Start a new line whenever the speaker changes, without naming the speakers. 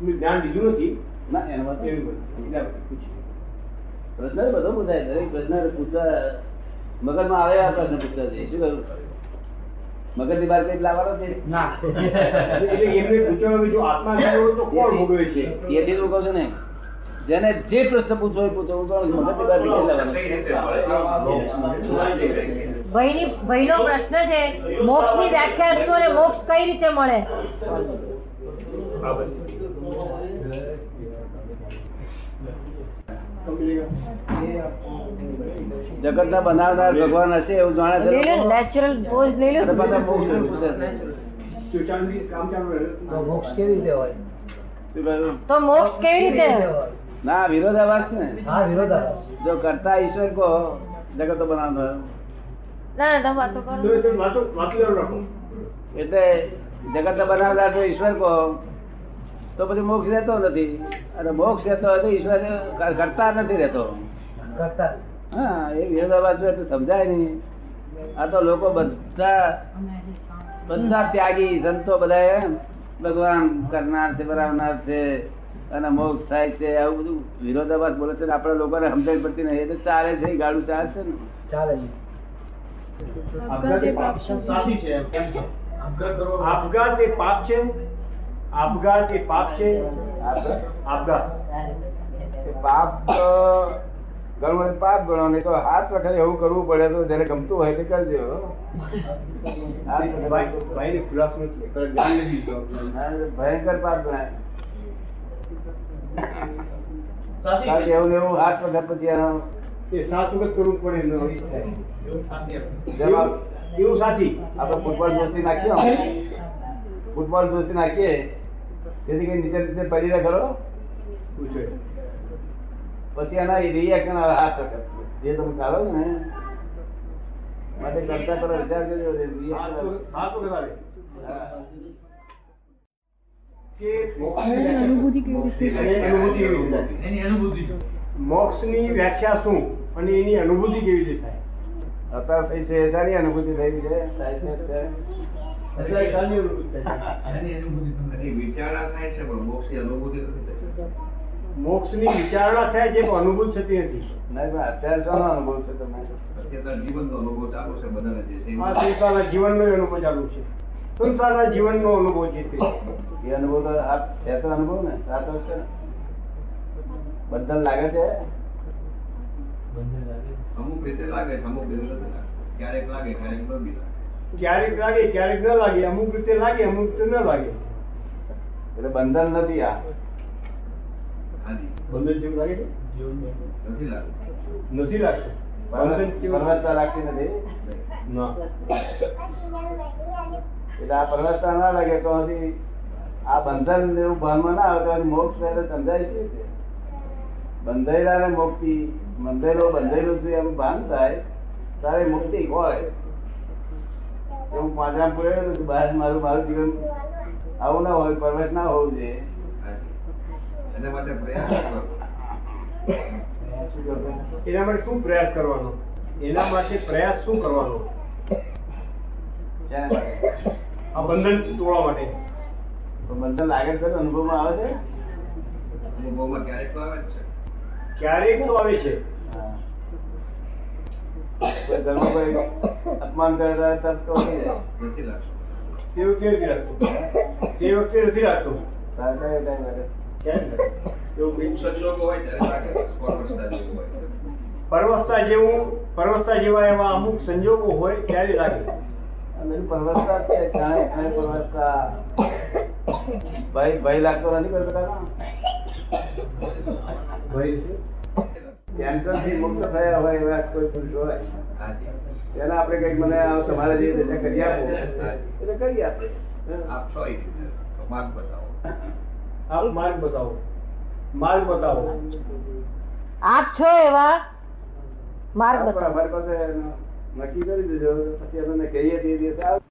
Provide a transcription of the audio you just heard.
મેં જ્ઞાન લીધું નથી
ના એના માટે
એવું બધું બીજા બધું પૂછ્યું.
પ્રશ્ન તો બધો પૂછાય દરેક પ્રશ્ન પૂછવા મગજમાં આવે એવા પ્રશ્ન પૂછવા છે શું કરું મગજની બહાર કઈ લાવવાનો છે
ના
એટલે એમને પૂછવામાં આવ્યું, જો આત્મા લીધો હોય તો કોણ ભોગવે છે
તેથી હું કહું છું ને જેને જે પ્રશ્ન પૂછવો હોય પૂછો હું કોણ મગજની બહાર કઈ લાવવાનો
કઈ રીતે
છે?
મળે?
ભયની ભયનો પ્રશ્ન છે મોક્ષની વ્યાખ્યા શું અને મોક્ષ કઈ રીતે મળે
જગતના બનાવનાર ભગવાન હશે એવું જાણે
લઈ લો
છે
ને, natural pose લઈ લો
અને
ને.
પાછા મોક્ષ ને પૂછે છે.
તો ચાલુ રહી- કામ ચાલુ રહે.
મોક્ષ કેવી રીતે હોય
શું કહ્યું?
તો મોક્ષ કેવી રીતે
હોય?
ના વિરોધાભાસ ને
હા વિરોધાભાસ
જો કરતા ઈશ્વર કહો જગત તો બનાવનાર
ના ના તમે વાતો કરો
તો એ તો વાતો વાતો ચાલુ રાખો
એટલે જગતના બનાવનાર જો ઈશ્વર કહો તો પછી મોક્ષ રહેતો નથી અને મોક્ષ રહેતો હોય તો ઈશ્વર કરતા નથી રહેતો
કરતા
હા એ વિરોધાભાસ હોય એટલે સમજાય નહીં આ તો લોકો બધા બધા ત્યાગી સંતો બધા એમ ભગવાન કરનાર છે બનાવનાર છે અને મોક્ષ થાય છે આવું બધું વિરોધાભાસ બોલે છે ને આપણા લોકોને સમજાય પડતી નહીં એટલે ચાલે છે ગાડું ચાલે છે ને
ચાલે છે
આપઘાત એ પાપ છે. સાચી છે એમ. આપઘાત એ પાપ છે આપઘાત એ પાપ છે
આપણે
આપઘાત
એ પાપ તો ઘણું બધું પાપ ગણો નહીં તો હાથ વખત એવું કરવું પડે તો જેને ગમતું હોય તે કરજો હાથ વખતે.
ભાઈ- ભાઈને ખુલાસો નથી. પણ જાણી લીધો.
હા, ભયંકર પાપ ગણાય કારણ કે એવું ને એવું હાથ વખત પછી એનો
એ સાત વખત કરવું પડે એનો ઈ થાય.
જેમ
એવું-
આપ-
એવું સાચી
આપણે ફૂટબોલ દોસ્તી નાખ્યો ફૂટબોલ દોસ્તી નાખીએ જેથી કરી નીચે નીચે પડી રહે ખરો
પૂછે.
પછી એના રિએક્શન આવે હાથ વખત જે તમે કરો છો ને માટે કરતા કરો વિચાર કરજો
સાત
reaction
વખત- સાત વખત આવે.
આવે. હા.
કે અનુભૂતિ કેવી રીતે થાય? મોક્ષની વ્યાખ્યા શું અને એની અનુભૂતિ કેવી રીતે થાય
અત્યારે થઈ છે સારી અનુભૂતિ થઈ છે થાય છે અત્યારે.
અત્યારે કાલની અનુભૂતિ થાય.
વિચારણા થાય છે પણ મોક્ષની અનુભૂતિ નથી થતી.
મોક્ષની વિચારણા થાય છે પણ અનુભૂત થતી નથી
નહીં પણ અત્યારે શોનો અનુભવ છે તમને
અત્યારના જીવનનો અનુભવ ચાલુ છે બધાને જે છે
આ સંસારના જીવનનો અનુભવ ચાલુ છે સંસારના જીવનનો અનુભવ છે તે
એ અનુભવ તો આ છે તો અનુભવ ને આ તો છે ને બંધન લાગે છે
અમુક રીતે લાગે છે અમુક રીતે નથી લાગતું. ક્યારેક લાગે ક્યારેક ન બી લાગે
ક્યારેક લાગે ક્યારેક ન લાગે અમુક રીતે લાગે અમુક રીતે ન લાગે
એટલે બંધન નથી આ
હાજી
બંધન જેવું લાગે છે?
નથી લાગતું
નથી લાગતું બંધન જેવું-
પરવત્તા લાગતી નથી
ના.
એટલે આ પરવત્તા ના લાગે તો હજી આ બંધન એવું ભાનમાં ના આવે તો આનું મોક્ષ પહેલા સમજાય છે બંધાયેલા ને મુક્તિ બંધાયેલો બંધાયેલો છું એનું ભાન થાય તારે મુક્તિ હોય તો હું પાંજરામ પડેલો છું બહાર મારું મારું જીવન આવું ના હોય પરવેશ ના હોવું જોઈએ
હાજી એના માટે પ્રયાસ કરો
શું કહો?
એના માટે શું પ્રયાસ કરવાનો એના માટે પ્રયાસ શું કરવાનો
શેના માટે?
આ બંધન તોડવા માટે
તો બંધન લાગે તો અનુભવમાં આવે છે
અનુભવમાં ક્યારેક તો આવે જ છે
ક્યારેક તો આવે છે
હા. કોઈ ઘરમાં કોઈ અપમાન કરે ત્યારે તરત તો ઉઠી જાય
નથી લાગતું
તે વખતે નથી લાગતું તે વખતે નથી લાગતું
તારે કયો time લાગે?
કેમ એવું કંઈ છે.
સજ્જનો હોય ત્યારે લાગે સ્પોર્ટ જેવું હોય
પરવસ્તા જેવું પરવસ્તા જેવા એવા અમુક સંજોગો હોય ત્યારે લાગે
અને એની પરવસતા જ છે, જાણે જાણે પરવસતા. ભય ભય લાગતો નથી કોઈ પ્રકારનો? ટેન્શનથી મુક્ત થયા હોય એવા કોઈ પુરુષ હોય
હાજી
એને આપણે કંઈક મને આ તમારે જે રીતે કરી આપો
હાજી.
એટલે કરી આપે
આપ છો એ રીતે. તો માર્ગ બતાવો
આપ માર્ગ બતાવો માર્ગ બતાવો
આપ છો એવા માર્ગ
પણ
બતાવો
અમારી પાસે નક્કી કરી દેજો પછી અમે કહીએ તે દિવસે આવજો.